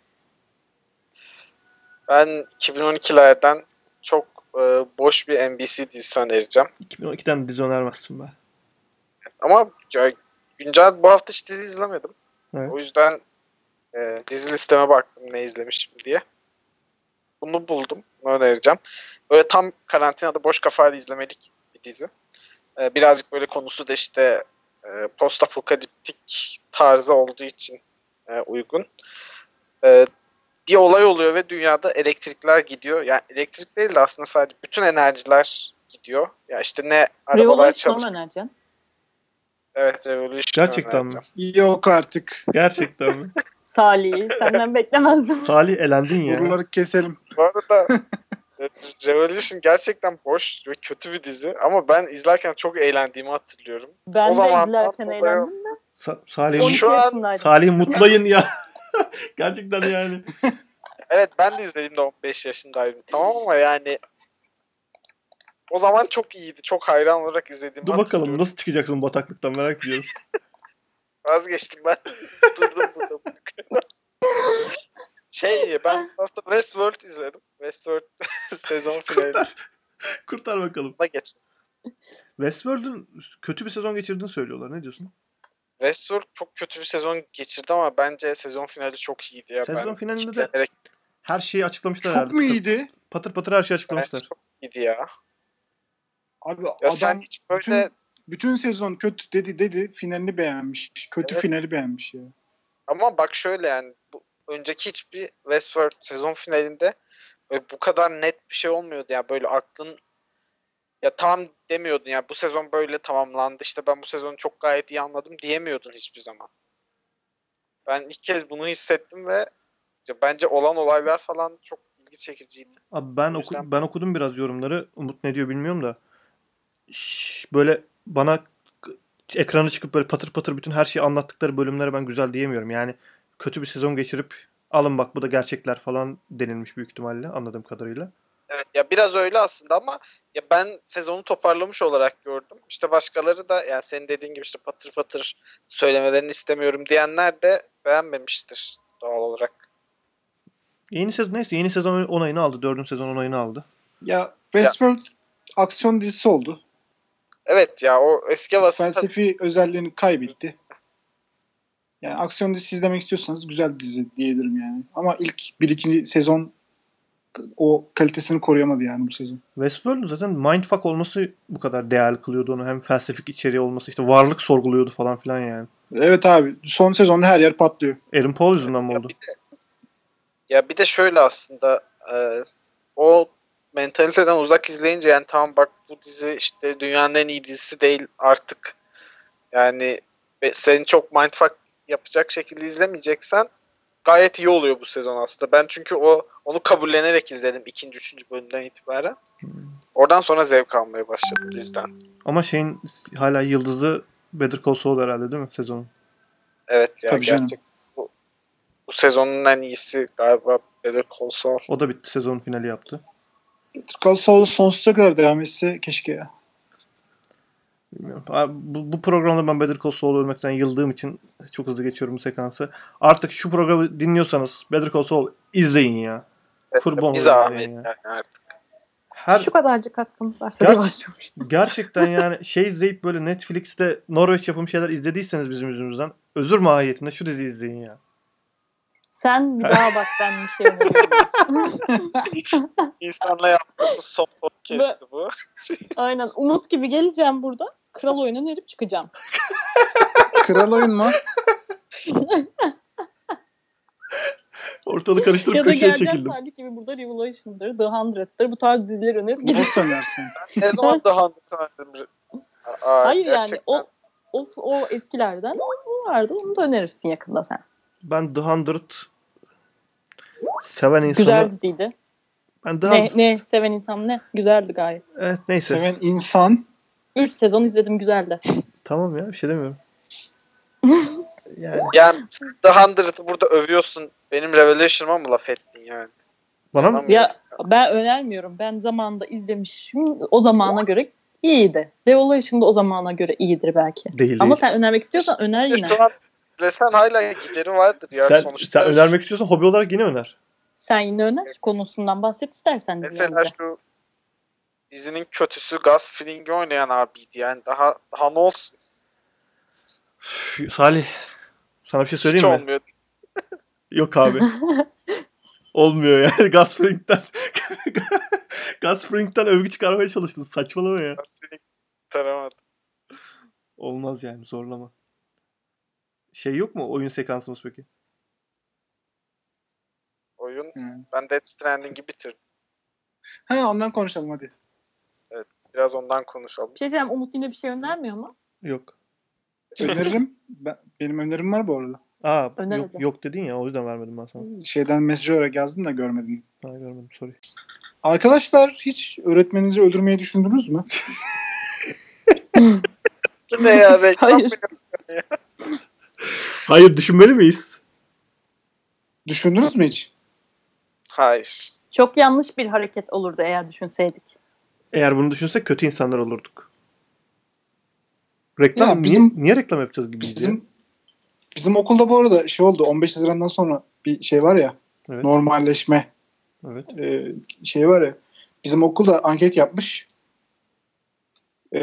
[SPEAKER 2] Ben 2012'lerden çok e, boş bir NBC dizisi önereceğim.
[SPEAKER 1] 2012'den dizi önermezsin be.
[SPEAKER 2] Ama ya, güncel bu hafta hiç dizi izlemedim.
[SPEAKER 1] Evet.
[SPEAKER 2] O yüzden e, dizi listeme baktım ne izlemişim diye. Bunu buldum. Bunu önereceğim. Böyle tam karantinada boş kafayla izlemelik bir dizi. E, birazcık böyle konusu da işte e, post apokaliptik tarzı olduğu için e, uygun. E, bir olay oluyor ve dünyada elektrikler gidiyor. Yani elektrik değil de aslında sadece bütün enerjiler gidiyor. Ya işte ne arabalar
[SPEAKER 3] Revolution mu
[SPEAKER 2] çalışıyor.
[SPEAKER 3] önereceksin?
[SPEAKER 2] Evet Revolution.
[SPEAKER 1] Gerçekten mi?
[SPEAKER 2] önereceğim.
[SPEAKER 4] Yok artık.
[SPEAKER 1] Gerçekten mi?
[SPEAKER 3] Salih
[SPEAKER 1] (laughs)
[SPEAKER 3] senden beklemezdim.
[SPEAKER 1] Salih elendin ya.
[SPEAKER 4] Buraları keselim.
[SPEAKER 2] Bu arada e, Revolution gerçekten boş ve kötü bir dizi ama ben izlerken çok eğlendiğimi hatırlıyorum.
[SPEAKER 3] Ben
[SPEAKER 2] O
[SPEAKER 3] de
[SPEAKER 2] zaman-
[SPEAKER 3] izlerken eğlendim.
[SPEAKER 1] Sa-
[SPEAKER 3] 12
[SPEAKER 1] Salih,
[SPEAKER 2] Şu an-
[SPEAKER 3] yaşındaydım.
[SPEAKER 1] Salih mutlayın
[SPEAKER 4] (laughs)
[SPEAKER 1] ya. Gerçekten yani.
[SPEAKER 2] Evet ben de izlediğimde 15 yaşındaydım tamam ama yani o zaman çok iyiydi. Çok hayran olarak izlediğimi
[SPEAKER 1] Dur bakalım
[SPEAKER 2] hatırlıyorum.
[SPEAKER 1] nasıl çıkacaksın bataklıktan merak ediyorum. (laughs)
[SPEAKER 2] Vazgeçtim ben. Durdum burada. şey ben bu hafta Westworld izledim. Westworld (laughs) sezon finaline
[SPEAKER 1] Kurtar bakalım.
[SPEAKER 2] geç.
[SPEAKER 1] Westworld'un kötü bir sezon geçirdiğini söylüyorlar. Ne diyorsun?
[SPEAKER 2] Westworld çok kötü bir sezon geçirdi ama bence sezon finali çok iyiydi ya.
[SPEAKER 1] Sezon
[SPEAKER 2] ben
[SPEAKER 1] finalinde de
[SPEAKER 2] kitlenerek
[SPEAKER 1] Her şeyi açıklamışlar
[SPEAKER 4] Çok
[SPEAKER 1] herhalde.
[SPEAKER 4] mu
[SPEAKER 1] Patır-
[SPEAKER 4] iyiydi?
[SPEAKER 1] Patır patır her şeyi
[SPEAKER 2] bence
[SPEAKER 1] açıklamışlar.
[SPEAKER 2] çok iyiydi ya.
[SPEAKER 4] Abi
[SPEAKER 2] Ya sen
[SPEAKER 4] adam
[SPEAKER 2] hiç böyle
[SPEAKER 4] bütün sezon kötü dedi dedi finalini beğenmiş. Kötü
[SPEAKER 2] Evet.
[SPEAKER 4] finali beğenmiş ya.
[SPEAKER 2] ama bak şöyle yani bu önceki hiçbir Westworld sezon finalinde böyle bu kadar net bir şey olmuyordu ya böyle aklın ya tam demiyordun ya bu sezon böyle tamamlandı işte ben bu sezonu çok gayet iyi anladım diyemiyordun hiçbir zaman. Ben ilk kez bunu hissettim ve ya bence olan olaylar falan çok ilgi çekiciydi.
[SPEAKER 1] Abi ben
[SPEAKER 2] O
[SPEAKER 1] oku,
[SPEAKER 2] yüzden-
[SPEAKER 1] ben okudum biraz yorumları. Umut ne diyor bilmiyorum da. Şş, böyle bana k- ekrana çıkıp böyle patır patır bütün her şeyi anlattıkları bölümlere ben güzel diyemiyorum. Yani kötü bir sezon geçirip alın bak bu da gerçekler falan denilmiş büyük ihtimalle anladığım kadarıyla.
[SPEAKER 2] Evet ya biraz öyle aslında ama ya ben sezonu toparlamış olarak gördüm. İşte başkaları da yani senin dediğin gibi işte patır patır söylemelerini istemiyorum diyenler de beğenmemiştir doğal olarak.
[SPEAKER 1] Yeni sezon neyse yeni sezon onayını aldı. Dördüncü sezon onayını aldı.
[SPEAKER 4] Ya Westworld aksiyon dizisi oldu.
[SPEAKER 2] Evet ya o eski havası tabii
[SPEAKER 4] Felsefi özelliğini kaybetti. Yani aksiyon dizisi izlemek istiyorsanız güzel bir dizi diyebilirim yani. Ama ilk bir ikinci sezon o kalitesini koruyamadı yani bu sezon.
[SPEAKER 1] Westworld'un zaten mindfuck olması bu kadar değerli kılıyordu onu. Hem felsefik içeriği olması işte varlık sorguluyordu falan filan yani.
[SPEAKER 4] Evet abi son sezonda her yer patlıyor.
[SPEAKER 1] Aaron Paul yüzünden mi
[SPEAKER 2] Ya
[SPEAKER 1] oldu?
[SPEAKER 2] Ya bir de şöyle aslında e, o mentaliteden uzak izleyince yani tamam bak bu dizi işte dünyanın en iyi dizisi değil artık. Yani ve seni çok mindfuck yapacak şekilde izlemeyeceksen gayet iyi oluyor bu sezon aslında. Ben çünkü o onu kabullenerek izledim ikinci, üçüncü bölümden itibaren. Oradan sonra zevk almaya başladım diziden.
[SPEAKER 1] Ama şeyin hala yıldızı Better Call Saul herhalde değil mi sezonun?
[SPEAKER 2] Evet ya
[SPEAKER 4] Tabii canım.
[SPEAKER 2] gerçek bu, bu sezonun en iyisi galiba Better Call Saul.
[SPEAKER 1] O da bitti sezon finali yaptı.
[SPEAKER 4] Türk Saul sonsuza kadar devam etse keşke ya.
[SPEAKER 1] Bilmiyorum. Abi Bu, bu programda ben Better Call Saul ölmekten yıldığım için çok hızlı geçiyorum bu sekansı. Artık şu programı dinliyorsanız Better Call Saul izleyin ya. Kurban
[SPEAKER 2] Bir
[SPEAKER 1] olayım
[SPEAKER 2] zahmet
[SPEAKER 1] yani.
[SPEAKER 2] yani artık.
[SPEAKER 1] Her
[SPEAKER 3] Şu kadarcık katkımız varsa
[SPEAKER 1] Gerçi-
[SPEAKER 3] da başlamış.
[SPEAKER 1] gerçekten yani şey izleyip böyle Netflix'te Norveç yapımı şeyler izlediyseniz bizim yüzümüzden özür mahiyetinde şu diziyi izleyin ya.
[SPEAKER 3] Sen bir daha bak ben bir şey öneriyorum.
[SPEAKER 2] İnsanla yaptığımız son podcast'ti
[SPEAKER 3] (laughs)
[SPEAKER 2] bu.
[SPEAKER 3] Aynen. Umut gibi geleceğim burada. Kral oyunu önerip çıkacağım.
[SPEAKER 4] Kral oyun mu?
[SPEAKER 1] Ortalığı karıştırıp
[SPEAKER 3] ya da
[SPEAKER 1] köşeye
[SPEAKER 3] geleceğim
[SPEAKER 1] çekildim.
[SPEAKER 3] Salih gibi burada Revelation'dır, The Hundred'dır. Bu tarz dizileri önerip gideceğim.
[SPEAKER 4] Boş dönersin.
[SPEAKER 2] Ne zaman daha anlatamadım. Aa,
[SPEAKER 3] Hayır yani
[SPEAKER 2] gerçekten.
[SPEAKER 3] o, o, o eskilerden o vardı. Onu da önerirsin yakında sen.
[SPEAKER 1] Ben The Hundred seven insanı...
[SPEAKER 3] Güzel diziydi.
[SPEAKER 1] Ben The
[SPEAKER 3] Ne,
[SPEAKER 1] Hundred-
[SPEAKER 3] ne seven insan ne. Güzeldi gayet.
[SPEAKER 1] Evet, neyse.
[SPEAKER 4] Seven insan.
[SPEAKER 3] Üç sezon izledim güzeldi.
[SPEAKER 1] Tamam ya bir şey
[SPEAKER 3] (laughs)
[SPEAKER 1] demiyorum. yani
[SPEAKER 2] Yani The Hundred'ı burada övüyorsun. Benim Revelation'ıma mı laf ettin yani?
[SPEAKER 1] bana mı?
[SPEAKER 2] Tamam.
[SPEAKER 3] Ya ben önermiyorum. Ben zamanda izlemişim. O zamana göre iyiydi. Revelation'da o zamana göre iyidir belki.
[SPEAKER 1] Değil
[SPEAKER 3] Ama
[SPEAKER 1] değil.
[SPEAKER 3] sen önermek istiyorsan öner yine.
[SPEAKER 2] Şu an izlesen hala gideri vardır ya
[SPEAKER 1] sen,
[SPEAKER 2] sonuçta.
[SPEAKER 1] sen önermek istiyorsan hobi olarak yine öner.
[SPEAKER 3] Sen yine öner. Konusundan bahset istersen.
[SPEAKER 2] Mesela
[SPEAKER 3] dinleyelim de.
[SPEAKER 2] şu dizinin kötüsü Gus Fring'i oynayan abiydi yani daha daha ne olsun
[SPEAKER 1] Üf, Salih sana bir şey
[SPEAKER 2] hiç
[SPEAKER 1] söyleyeyim mi?
[SPEAKER 2] olmuyor.
[SPEAKER 1] Yok abi. Olmuyor (laughs) yani. Gasprink'ten Gasprink'ten övgü çıkarmaya çalıştın. Saçmalama ya.
[SPEAKER 2] Gus Fring taramadı.
[SPEAKER 1] Olmaz yani zorlama. Şey yok mu oyun sekansımız peki?
[SPEAKER 2] Oyun
[SPEAKER 4] Hı.
[SPEAKER 3] Hmm.
[SPEAKER 2] ben Death Stranding'i bitirdim.
[SPEAKER 4] Ha ondan konuşalım hadi.
[SPEAKER 2] Biraz ondan
[SPEAKER 3] (laughs)
[SPEAKER 2] konuşalım.
[SPEAKER 3] Bir şey diyeceğim. Umut yine bir şey önermiyor mu?
[SPEAKER 1] Yok.
[SPEAKER 4] Öneririm. Ben, benim önerim var bu arada.
[SPEAKER 1] Aa
[SPEAKER 3] Öner
[SPEAKER 1] yok,
[SPEAKER 3] hadi.
[SPEAKER 1] yok dedin ya o yüzden vermedim ben sana.
[SPEAKER 4] Şeyden mesaj olarak yazdım da görmedim.
[SPEAKER 1] Ha, görmedim sorry.
[SPEAKER 4] Arkadaşlar hiç öğretmeninizi öldürmeyi düşündünüz mü?
[SPEAKER 2] Bu ne ya reklam
[SPEAKER 3] Hayır.
[SPEAKER 2] mı?
[SPEAKER 1] Hayır düşünmeli miyiz?
[SPEAKER 4] Düşündünüz mü hiç?
[SPEAKER 2] Hayır.
[SPEAKER 3] Çok yanlış bir hareket olurdu eğer düşünseydik.
[SPEAKER 1] Eğer bunu düşünsek kötü insanlar olurduk. Reklam
[SPEAKER 4] Ya bizim-
[SPEAKER 1] niye, niye reklam yapacağız gibi bizim...
[SPEAKER 4] Bizim bizim okulda bu arada şey oldu. 15 Haziran'dan sonra bir şey var ya.
[SPEAKER 1] Evet.
[SPEAKER 4] Normalleşme
[SPEAKER 1] Evet.
[SPEAKER 4] e, şey var ya. Bizim okulda anket yapmış. E,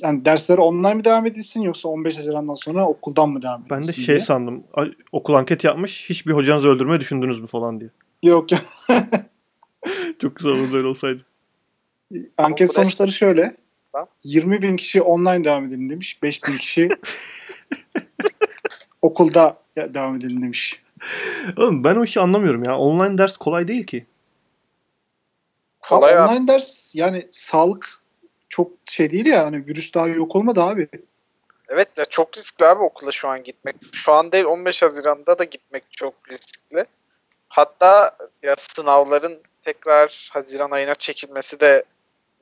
[SPEAKER 4] yani dersler online mi devam edilsin yoksa 15 Haziran'dan sonra okuldan mı devam edilsin?
[SPEAKER 1] Ben de şey
[SPEAKER 4] diye.
[SPEAKER 1] sandım. Ay, Okul anket yapmış. Hiçbir hocanızı öldürmeyi düşündünüz mü falan diye.
[SPEAKER 4] Yok yok.
[SPEAKER 1] (laughs) Çok güzel olur böyle olsaydı.
[SPEAKER 4] (laughs)
[SPEAKER 2] Ama
[SPEAKER 4] Anket
[SPEAKER 2] bu
[SPEAKER 4] sonuçları şöyle.
[SPEAKER 2] Tamam.
[SPEAKER 4] 20 bin kişi online devam edin demiş. 5 bin kişi
[SPEAKER 1] (laughs)
[SPEAKER 4] okulda ya- devam edin demiş.
[SPEAKER 1] Oğlum ben o işi anlamıyorum ya. Online ders kolay değil ki.
[SPEAKER 2] Kolay
[SPEAKER 4] Ha,
[SPEAKER 2] abi.
[SPEAKER 4] online ders yani sağlık çok şey değil ya hani virüs daha yok olmadı abi.
[SPEAKER 2] Evet ya çok riskli abi okula şu an gitmek. Şu an değil 15 Haziran'da da gitmek çok riskli. Hatta ya sınavların tekrar Haziran ayına çekilmesi de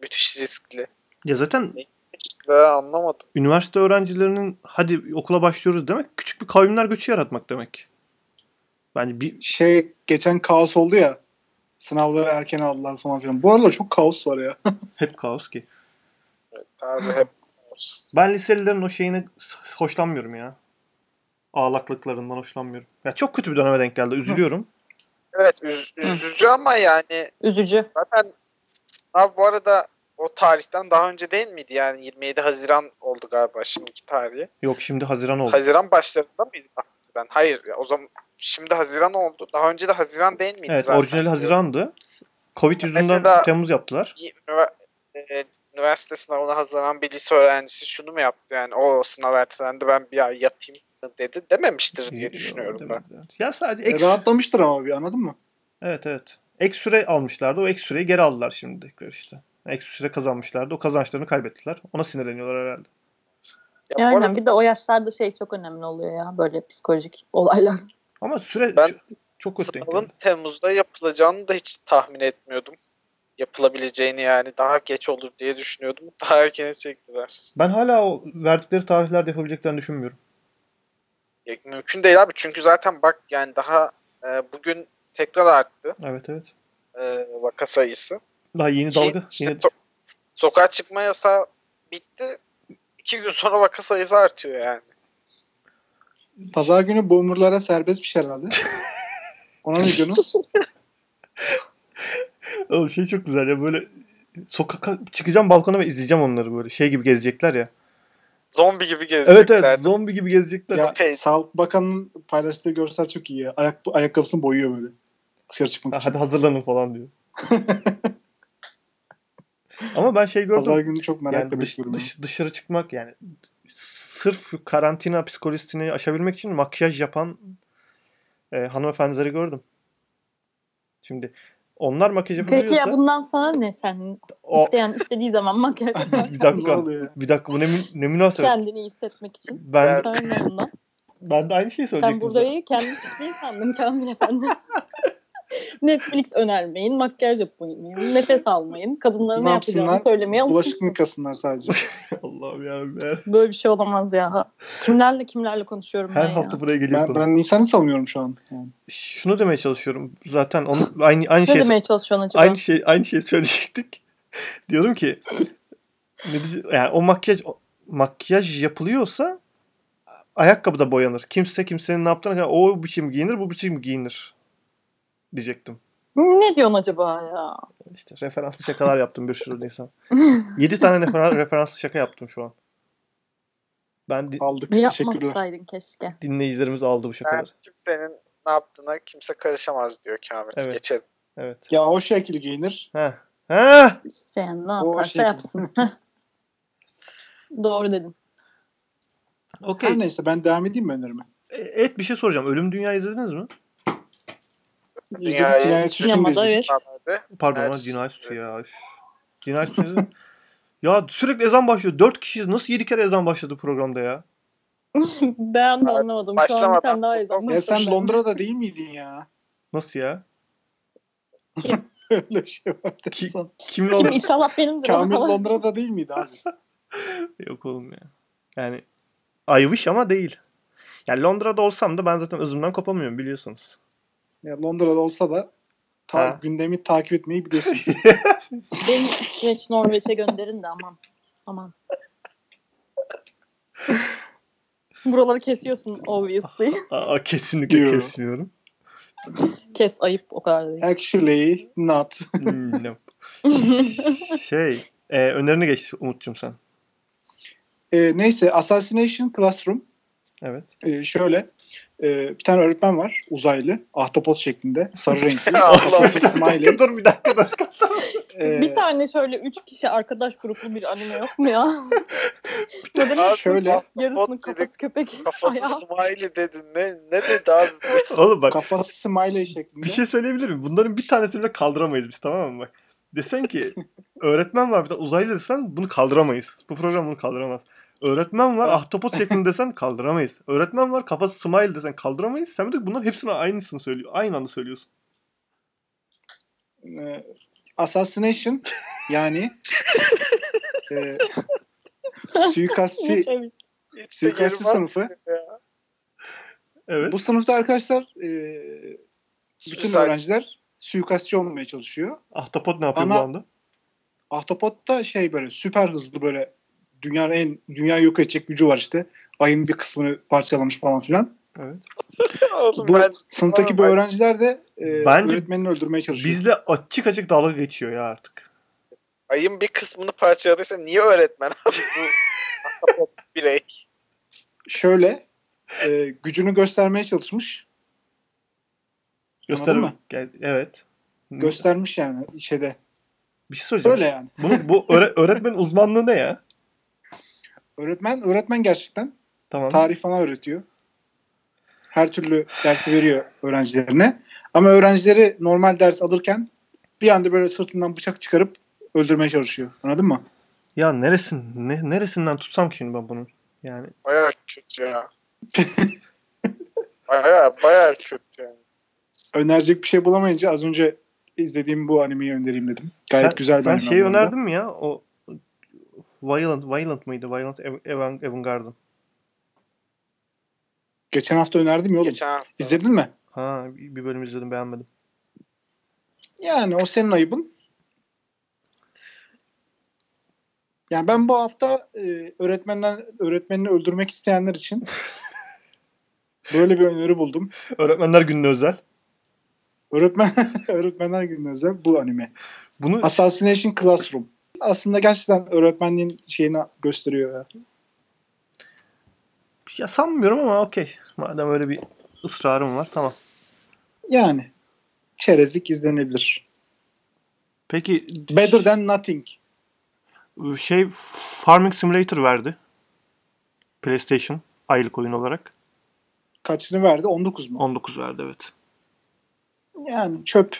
[SPEAKER 2] müthiş riskli.
[SPEAKER 1] Ya zaten
[SPEAKER 2] Hiç de anlamadım.
[SPEAKER 1] üniversite öğrencilerinin hadi okula başlıyoruz demek küçük bir kavimler göçü yaratmak demek. Bence bir
[SPEAKER 4] Şey geçen kaos oldu ya. Sınavları erken aldılar falan filan. Bu aralar çok kaos var ya.
[SPEAKER 1] hep kaos ki.
[SPEAKER 2] Abi
[SPEAKER 1] (laughs)
[SPEAKER 2] hep
[SPEAKER 1] Ben liselilerin o şeyine s- hoşlanmıyorum ya. Ağlaklıklarından hoşlanmıyorum. Ya çok kötü bir döneme denk geldi. Üzülüyorum.
[SPEAKER 2] Evet üz- üzücü ama yani
[SPEAKER 3] Üzücü.
[SPEAKER 2] zaten abi bu arada o tarihten daha önce değil miydi yani 27 Haziran oldu galiba şimdiki tarihi.
[SPEAKER 1] Yok şimdi Haziran oldu.
[SPEAKER 2] Haziran başlarında mıydı? Ben hayır ya, o zaman şimdi Haziran oldu. Daha önce de Haziran değil miydi
[SPEAKER 1] Evet
[SPEAKER 2] zaten?
[SPEAKER 1] orijinali Haziran'dı. Covid yüzünden
[SPEAKER 2] Mesela-
[SPEAKER 1] Temmuz yaptılar.
[SPEAKER 2] bir ünivers- e, üniversite sınavına hazırlanan bir lise öğrencisi şunu mu yaptı yani o sınav ertelendi ben bir ay yatayım dedi dememiştir diye düşünüyorum ben.
[SPEAKER 1] Ya sadece
[SPEAKER 4] E,
[SPEAKER 1] ek,
[SPEAKER 4] rahatlamıştır ama bir anladın mı?
[SPEAKER 1] Evet evet. Ek süre almışlardı. O ek süreyi geri aldılar şimdi tekrar işte. Ek süre kazanmışlardı. O kazançlarını kaybettiler. Ona sinirleniyorlar herhalde.
[SPEAKER 2] bu
[SPEAKER 3] Ya aynen
[SPEAKER 2] arada
[SPEAKER 3] bir de o yaşlarda şey çok önemli oluyor ya böyle psikolojik olaylar.
[SPEAKER 1] Ama süre
[SPEAKER 2] Ben-
[SPEAKER 1] ç- çok kötü denk
[SPEAKER 2] Sınavın
[SPEAKER 1] geldi.
[SPEAKER 2] Temmuz'da yapılacağını da hiç tahmin etmiyordum. Yapılabileceğini yani daha geç olur diye düşünüyordum. (laughs) Daha erkene çektiler.
[SPEAKER 1] Ben hala o verdikleri tarihlerde yapabileceklerini düşünmüyorum.
[SPEAKER 2] Ya, mümkün değil abi çünkü zaten bak yani daha e, bugün tekrar arttı
[SPEAKER 1] Evet evet.
[SPEAKER 2] e, vaka sayısı.
[SPEAKER 1] Daha yeni
[SPEAKER 2] Ki
[SPEAKER 1] dalga.
[SPEAKER 2] Şey, işte
[SPEAKER 1] Yeni...
[SPEAKER 2] so- sokağa çıkma yasağı bitti. İki gün sonra vaka sayısı artıyor yani.
[SPEAKER 4] Pazar günü boomerlara serbest bir
[SPEAKER 1] (laughs)
[SPEAKER 4] şey herhalde. Ona ne diyorsunuz?
[SPEAKER 1] Oğlum şey çok güzel ya böyle sokağa çıkacağım balkona ve izleyeceğim onları böyle şey gibi gezecekler ya.
[SPEAKER 2] Zombi gibi
[SPEAKER 1] Evet
[SPEAKER 2] gezecekler.
[SPEAKER 1] evet zombi gibi gezecekler.
[SPEAKER 4] ya,
[SPEAKER 2] Peki.
[SPEAKER 4] Sağlık Bakanı'nın paylaştığı görsel çok iyi ya. Ayak, ayakkabısını boyuyor böyle. Dışarı çıkmak
[SPEAKER 1] Ha,
[SPEAKER 4] için.
[SPEAKER 1] hadi hazırlanın falan
[SPEAKER 2] (laughs)
[SPEAKER 1] diyor. Ama ben şey gördüm.
[SPEAKER 4] Pazar günü çok merakla
[SPEAKER 1] yani dış-
[SPEAKER 4] bekliyorum. ya.
[SPEAKER 1] dış- dışarı çıkmak yani sırf karantina psikolojisini aşabilmek için makyaj yapan e, hanımefendileri gördüm. Şimdi onlar makyaj
[SPEAKER 3] Peki
[SPEAKER 1] yapabiliyorsa
[SPEAKER 3] ya bundan sonra ne sen?
[SPEAKER 1] o
[SPEAKER 3] İsteyen istediği zaman
[SPEAKER 1] (laughs)
[SPEAKER 3] makyaj yapar.
[SPEAKER 1] bir
[SPEAKER 4] Ne
[SPEAKER 1] dakika
[SPEAKER 4] oluyor ya?
[SPEAKER 1] bir dakika bu ne, mü- ne münasebet.
[SPEAKER 3] kendini iyi hissetmek için.
[SPEAKER 1] Ben,
[SPEAKER 3] Sonra
[SPEAKER 1] (laughs)
[SPEAKER 3] ne bundan?
[SPEAKER 1] ben de aynı şeyi
[SPEAKER 3] Sen
[SPEAKER 1] söyleyecektim.
[SPEAKER 3] burada
[SPEAKER 1] zaten.
[SPEAKER 3] iyi kendi değil sandın
[SPEAKER 1] (laughs)
[SPEAKER 3] Kamil Efendi. Netflix önermeyin, makyaj yapmayın, nefes almayın, kadınlara ne
[SPEAKER 4] Ne yapsınlar?
[SPEAKER 3] yapacağını söylemeye
[SPEAKER 4] Bulaşık
[SPEAKER 3] alışın.
[SPEAKER 4] mı yıkasınlar sadece?
[SPEAKER 1] Allah'ım ya.
[SPEAKER 3] Böyle bir şey olamaz ya. Kimlerle kimlerle konuşuyorum
[SPEAKER 1] Her
[SPEAKER 3] ben
[SPEAKER 1] hafta
[SPEAKER 3] ya.
[SPEAKER 1] buraya geliyor
[SPEAKER 4] ben,
[SPEAKER 1] konu.
[SPEAKER 4] ben Nisan'ı savunuyorum şu an. Yani.
[SPEAKER 1] Şunu demeye çalışıyorum. Zaten onu aynı aynı
[SPEAKER 3] Ne
[SPEAKER 1] şey
[SPEAKER 3] demeye çalışıyorsun acaba?
[SPEAKER 1] aynı şey aynı şey söyleyecektik. (laughs) Diyorum ki ne diyece- yani o makyaj o- makyaj yapılıyorsa ayakkabı da boyanır. Kimse kimsenin ne yaptığına kadar o biçim giyinir, bu biçim giyinir diyecektim.
[SPEAKER 3] Ne diyorsun acaba ya?
[SPEAKER 1] İşte referanslı şakalar yaptım bir sürü insan. 7 tane referans, referanslı şaka yaptım şu an. Ben di-
[SPEAKER 4] Aldık. Teşekkürler.
[SPEAKER 3] Yapmasaydın keşke.
[SPEAKER 1] dinleyicilerimiz aldı bu
[SPEAKER 2] Yani
[SPEAKER 1] şakaları.
[SPEAKER 2] kimsenin ne yaptığına kimse karışamaz diyor Kamil.
[SPEAKER 1] Evet.
[SPEAKER 4] (laughs)
[SPEAKER 2] Geçelim.
[SPEAKER 1] Evet.
[SPEAKER 4] Ya o şekil giyinir.
[SPEAKER 1] Ha. Ha.
[SPEAKER 3] İsteyen ne
[SPEAKER 4] O
[SPEAKER 3] yaparsa
[SPEAKER 4] şey- (laughs)
[SPEAKER 3] yapsın. Heh. Doğru dedim.
[SPEAKER 1] Okey.
[SPEAKER 4] Her neyse ben devam edeyim mi önerime?
[SPEAKER 1] E, Evet bir şey soracağım. Ölüm Dünya izlediniz mi?
[SPEAKER 4] İzledik Cinayet Süsü'nü de
[SPEAKER 3] Sinemada
[SPEAKER 4] izledik.
[SPEAKER 3] ver.
[SPEAKER 2] İnsanlarda
[SPEAKER 1] Pardon
[SPEAKER 2] Evet.
[SPEAKER 1] lan cinayet suyu ya. Üf. Cinayet suyu. (laughs) ya sürekli ezan başlıyor. Dört kişiyiz. Nasıl yedi kere ezan başladı programda ya?
[SPEAKER 3] Ben de anlamadım. Şu an bir
[SPEAKER 2] Başlamadan-
[SPEAKER 3] tane daha yazalım.
[SPEAKER 4] Ya sen Londra'da değil miydin ya? (laughs)
[SPEAKER 1] Nasıl ya?
[SPEAKER 4] Öyle bir şey var.
[SPEAKER 1] Ki-
[SPEAKER 4] desem.
[SPEAKER 1] Kim
[SPEAKER 3] Kim
[SPEAKER 1] oldu?
[SPEAKER 3] inşallah benimdir. ama (laughs)
[SPEAKER 4] Kamil
[SPEAKER 3] falan.
[SPEAKER 4] Londra'da değil miydi abi?
[SPEAKER 1] Yok oğlum ya. Yani ayıvış ama değil. Yani Londra'da olsam da ben zaten özümden kopamıyorum biliyorsunuz.
[SPEAKER 4] Ya Londra'da olsa da ta-
[SPEAKER 1] Ha.
[SPEAKER 4] gündemi takip etmeyi biliyorsun.
[SPEAKER 3] Beni İsveç, Norveç'e gönderin de aman.
[SPEAKER 4] (laughs)
[SPEAKER 3] Aman. Buraları kesiyorsun obviously.
[SPEAKER 1] Aa, kesinlikle
[SPEAKER 4] Yo.
[SPEAKER 1] kesmiyorum.
[SPEAKER 3] Kes ayıp o kadar değil.
[SPEAKER 4] Actually not.
[SPEAKER 1] Hmm, no. şey, e, önerini geç Umut'cum sen.
[SPEAKER 4] Ee, neyse Assassination Classroom
[SPEAKER 1] Evet.
[SPEAKER 4] Ee, şöyle e, bir tane öğretmen var uzaylı ahtapot şeklinde sarı renkli
[SPEAKER 2] Allah
[SPEAKER 4] kafası
[SPEAKER 1] (laughs)
[SPEAKER 4] smiley
[SPEAKER 1] dur bir dakika dur.
[SPEAKER 4] Ee,
[SPEAKER 3] bir tane şöyle üç kişi arkadaş gruplu bir anime yok mu
[SPEAKER 4] (laughs)
[SPEAKER 3] ya? Neden
[SPEAKER 4] şöyle
[SPEAKER 3] yarısının
[SPEAKER 2] Bot dedik,
[SPEAKER 3] kafası köpek
[SPEAKER 2] kafası
[SPEAKER 3] ayağı?
[SPEAKER 2] smiley dedin. Ne, ne dedi
[SPEAKER 4] (laughs)
[SPEAKER 2] abi?
[SPEAKER 1] Oğlum bak
[SPEAKER 4] kafası smiley şeklinde
[SPEAKER 1] Bir şey söyleyebilir miyim? Bunların bir tanesini bile kaldıramayız biz tamam mı? Bak desen
[SPEAKER 4] (laughs)
[SPEAKER 1] ki öğretmen var bir de uzaylı desen bunu kaldıramayız. Bu program bunu kaldıramaz. Öğretmen var ahtapot şeklinde
[SPEAKER 4] (laughs)
[SPEAKER 1] desen kaldıramayız. Öğretmen var kafası smile desen kaldıramayız. Sen bir de bunların hepsini aynısını söylüyor. Aynı anda söylüyorsun.
[SPEAKER 4] Ee, assassination yani e,
[SPEAKER 2] (laughs)
[SPEAKER 4] suikastçı
[SPEAKER 3] Ne çevir-
[SPEAKER 2] Hiç de
[SPEAKER 4] Suikastçı
[SPEAKER 2] girmez
[SPEAKER 4] sınıfı.
[SPEAKER 2] ki ya.
[SPEAKER 1] Evet.
[SPEAKER 4] bu sınıfta arkadaşlar e, bütün
[SPEAKER 2] Suicide.
[SPEAKER 4] öğrenciler suikastçı olmaya çalışıyor.
[SPEAKER 1] Ahtapot ne yapıyor
[SPEAKER 4] Ana-
[SPEAKER 1] bu anda?
[SPEAKER 4] Ahtapot da şey böyle süper hızlı böyle dünyanın en dünya yok edecek gücü var işte. Ayın bir kısmını parçalamış falan filan.
[SPEAKER 2] Oğlum
[SPEAKER 4] bu
[SPEAKER 2] ben
[SPEAKER 4] sınıftaki bu
[SPEAKER 2] ben-
[SPEAKER 4] öğrenciler de e,
[SPEAKER 1] Bence
[SPEAKER 4] öğretmenini öldürmeye çalışıyor.
[SPEAKER 1] Bizle açık açık dalga geçiyor ya artık.
[SPEAKER 2] ayın bir kısmını parçaladıysa niye öğretmen abi
[SPEAKER 4] (laughs)
[SPEAKER 2] bu ahtapot birey?
[SPEAKER 4] Şöyle e, gücünü göstermeye çalışmış.
[SPEAKER 1] Gösterim.
[SPEAKER 4] mı?
[SPEAKER 1] Gel- Evet.
[SPEAKER 4] Göstermiş yani şeyde.
[SPEAKER 1] bir şey söyleyeceğim.
[SPEAKER 4] Öyle yani.
[SPEAKER 1] Bunu, bu öğre-
[SPEAKER 4] (laughs)
[SPEAKER 1] öğretmenin uzmanlığı ne ya?
[SPEAKER 4] Öğretmen öğretmen gerçekten
[SPEAKER 1] Tamam.
[SPEAKER 4] tarih falan öğretiyor. Her türlü dersi veriyor öğrencilerine. Ama öğrencileri normal ders alırken bir anda böyle sırtından bıçak çıkarıp öldürmeye çalışıyor. Anladın mı?
[SPEAKER 1] Ya neresin, ne, neresinden tutsam ki şimdi ben bunun? Yani
[SPEAKER 2] Baya kötü
[SPEAKER 4] (laughs)
[SPEAKER 2] ya. baya baya kötü yani.
[SPEAKER 4] Önerecek bir şey bulamayınca az önce izlediğim bu animeyi önereyim dedim. Gayet
[SPEAKER 1] sen,
[SPEAKER 4] güzel bir
[SPEAKER 1] Sen
[SPEAKER 4] anime
[SPEAKER 1] şeyi
[SPEAKER 4] bu arada.
[SPEAKER 1] önerdin mi ya? O Violent, Violent mıydı? Violent Ev- Evan- Avantgarden.
[SPEAKER 4] Geçen hafta önerdim ya oğlum.
[SPEAKER 2] Geçen hafta.
[SPEAKER 4] İzledin mi?
[SPEAKER 1] Ha bir bir bölüm izledim beğenmedim.
[SPEAKER 4] Yani o senin ayıbın. Yani ben bu hafta e, öğretmenden öğretmenini öldürmek isteyenler için böyle bir öneri buldum.
[SPEAKER 1] Öğretmenler gününe özel.
[SPEAKER 4] Öğretmen (laughs) öğretmenler gününe özel bu anime.
[SPEAKER 1] Bunu
[SPEAKER 4] Assassination Classroom. Aslında gerçekten öğretmenliğin şeyini gösteriyor ya.
[SPEAKER 1] ya sanmıyorum ama okey. Madem öyle bir ısrarım var tamam.
[SPEAKER 4] Yani çerezlik izlenebilir.
[SPEAKER 1] Peki
[SPEAKER 4] Better than nothing.
[SPEAKER 1] şey Farming Simulator verdi. PlayStation aylık oyun olarak.
[SPEAKER 4] Kaçını verdi? 19 mu?
[SPEAKER 1] 19 verdi evet.
[SPEAKER 4] Yani çöp.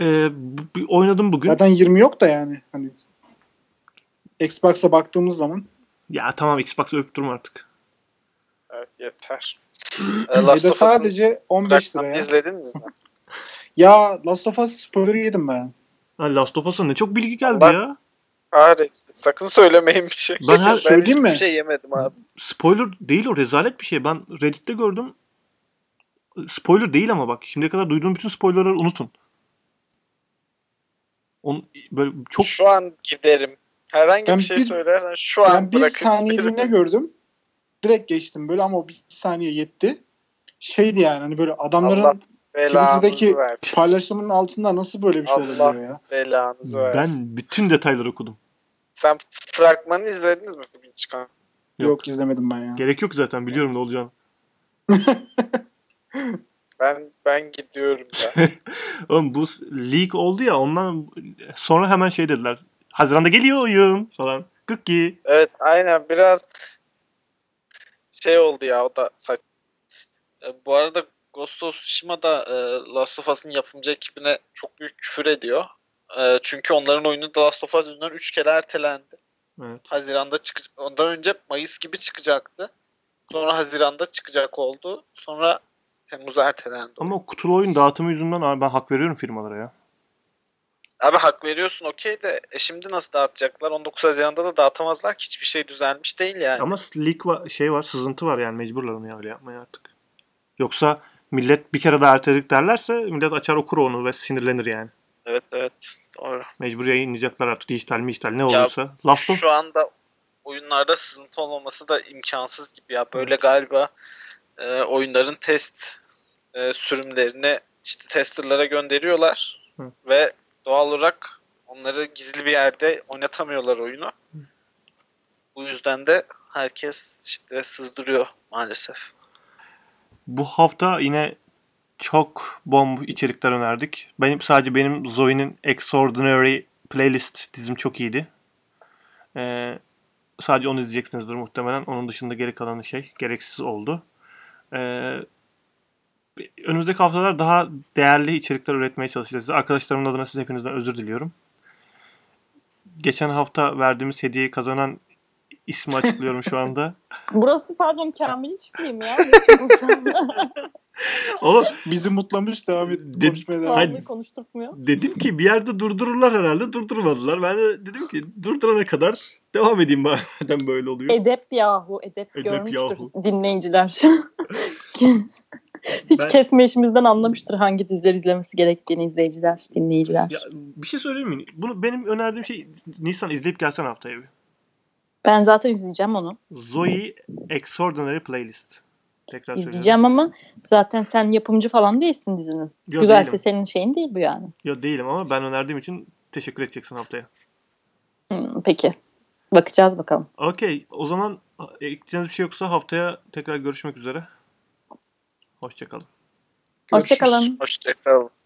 [SPEAKER 1] Ee, bu- bir oynadım bugün.
[SPEAKER 4] Zaten 20 yok da yani. Hani Xbox'a baktığımız zaman
[SPEAKER 1] Ya tamam Xbox övüp durma artık.
[SPEAKER 2] Evet,
[SPEAKER 4] (laughs)
[SPEAKER 2] yeter.
[SPEAKER 4] Bir
[SPEAKER 2] Ee, Last
[SPEAKER 4] de
[SPEAKER 2] of Us'ın
[SPEAKER 4] sadece 15 lira
[SPEAKER 2] fragmanını
[SPEAKER 4] ya.
[SPEAKER 2] izlediniz
[SPEAKER 4] (laughs)
[SPEAKER 2] mi?
[SPEAKER 4] Ya Last of Us spoiler yedim ben.
[SPEAKER 1] Ha, Last of Us'a ne çok bilgi geldi
[SPEAKER 2] Ben-
[SPEAKER 1] ya.
[SPEAKER 2] Hayır, sakın söylemeyin bir şey.
[SPEAKER 1] Ben her-
[SPEAKER 4] Söyleyeyim
[SPEAKER 2] hiçbir
[SPEAKER 4] mi?
[SPEAKER 2] şey yemedim abi.
[SPEAKER 1] Spoiler değil o rezalet bir şey. Ben Reddit'te gördüm. Spoiler değil ama bak. Şimdiye kadar duyduğum bütün spoilerları unutun. On, böyle çok
[SPEAKER 2] Şu an giderim. Herhangi
[SPEAKER 4] Ben
[SPEAKER 2] bir şey
[SPEAKER 4] bir-
[SPEAKER 2] söylersen şu an
[SPEAKER 4] Ben bir
[SPEAKER 2] bırakıp
[SPEAKER 4] saniyeliğine gördüm. Direkt geçtim böyle ama o bir saniye yetti. Şeydi yani hani böyle adamların
[SPEAKER 2] Allah Belanızı
[SPEAKER 4] Twitter'daki
[SPEAKER 2] versin.
[SPEAKER 4] paylaşımının altında nasıl böyle bir şey
[SPEAKER 2] Allah.
[SPEAKER 4] olabiliyor ya?
[SPEAKER 2] Belanızı versin.
[SPEAKER 1] ben bütün detayları okudum.
[SPEAKER 2] Sen fragmanı izlediniz mi bugün çıkan?
[SPEAKER 1] Yok.
[SPEAKER 4] Yok, izlemedim ben ya.
[SPEAKER 1] Gerek yok zaten biliyorum ne olacağını.
[SPEAKER 2] Ben ben gidiyorum ya.
[SPEAKER 4] (laughs)
[SPEAKER 1] Oğlum bu leak oldu ya ondan sonra hemen şey dediler. Haziranda geliyor oyun falan. Kıkki.
[SPEAKER 2] Evet aynen biraz şey oldu ya o da saç. E, bu arada Ghost of Tsushima'da e, Last of Us'ın yapımcı ekibine çok büyük küfür ediyor. E, çünkü onların oyunu The Last of Us yüzünden 3 kere ertelendi.
[SPEAKER 1] Evet.
[SPEAKER 2] Haziran'da çık ondan önce Mayıs gibi çıkacaktı. Sonra Haziran'da çıkacak oldu. Sonra Temmuz'a ertelendi.
[SPEAKER 1] Ama o kutulu oyun dağıtımı yüzünden abi ben hak veriyorum firmalara ya.
[SPEAKER 2] Abi hak veriyorsun okey de e şimdi nasıl dağıtacaklar? 19 Haziran'da da dağıtamazlar ki hiçbir şey düzelmiş değil yani.
[SPEAKER 1] Ama leak var, şey var, sızıntı var yani mecburlar onu ya öyle yapmaya artık. Yoksa millet bir kere daha erteledik derlerse millet açar okur onu ve sinirlenir yani.
[SPEAKER 2] Evet evet doğru.
[SPEAKER 1] Mecbur yayınlayacaklar artık dijital mi dijital ne olursa. Last of
[SPEAKER 2] Şu anda oyunlarda sızıntı olmaması da imkansız gibi ya. Böyle galiba e, oyunların test e, sürümlerini işte testerlara gönderiyorlar
[SPEAKER 1] Hı.
[SPEAKER 2] ve doğal olarak onları gizli bir yerde oynatamıyorlar oyunu. Bu yüzden de herkes işte sızdırıyor maalesef.
[SPEAKER 1] bu hafta yine çok bomb içerikler önerdik. Benim sadece benim Zoe'nin Extraordinary Playlist dizim çok iyiydi. Ee, sadece onu izleyeceksinizdir muhtemelen. Onun dışında geri kalanı şey gereksiz oldu. Ee, önümüzdeki haftalar daha değerli içerikler üretmeye çalışacağız. Arkadaşlarımın adına siz hepinizden özür diliyorum. Geçen hafta verdiğimiz hediyeyi kazanan ismi açıklıyorum şu anda.
[SPEAKER 3] Burası pardon Kamil'i çıkmayayım ya.
[SPEAKER 1] Oğlum
[SPEAKER 4] Bizi mutlamış devam et
[SPEAKER 1] Did-
[SPEAKER 4] konuşmaya devam et.
[SPEAKER 1] Hayır.
[SPEAKER 3] Vallahi konuşturtmuyor.
[SPEAKER 1] dedim ki bir yerde durdururlar herhalde durdurmadılar. Ben de dedim ki durdurana kadar devam edeyim (laughs) madem böyle oluyor.
[SPEAKER 3] Edep yahu. Edep,
[SPEAKER 1] Edep
[SPEAKER 3] görmüştür
[SPEAKER 1] yahu.
[SPEAKER 3] dinleyiciler. (laughs) Hiç
[SPEAKER 1] Ben-
[SPEAKER 3] kesme işimizden anlamıştır hangi diziler izlemesi gerektiğini izleyiciler, dinleyiciler.
[SPEAKER 1] Ya, bir şey söyleyeyim mi? Bunu benim önerdiğim şey Nisan izleyip gelsen haftaya bir.
[SPEAKER 3] Ben zaten izleyeceğim onu.
[SPEAKER 1] Zoe Extraordinary Playlist. Tekrar söylüyorum.
[SPEAKER 3] İzleyeceğim ama zaten sen yapımcı falan değilsin dizinin.
[SPEAKER 1] Yo,
[SPEAKER 3] Güzelse
[SPEAKER 1] değilim.
[SPEAKER 3] senin şeyin değil bu yani.
[SPEAKER 1] Yo, değilim ama ben önerdiğim için teşekkür edeceksin haftaya.
[SPEAKER 3] Hmm, peki. Bakacağız bakalım.
[SPEAKER 1] Okey. O zaman e, ekleyeceğiniz bir şey yoksa haftaya tekrar görüşmek üzere. Hoşçakalın.
[SPEAKER 3] Hoşçakalın.
[SPEAKER 2] Hoşçakalın.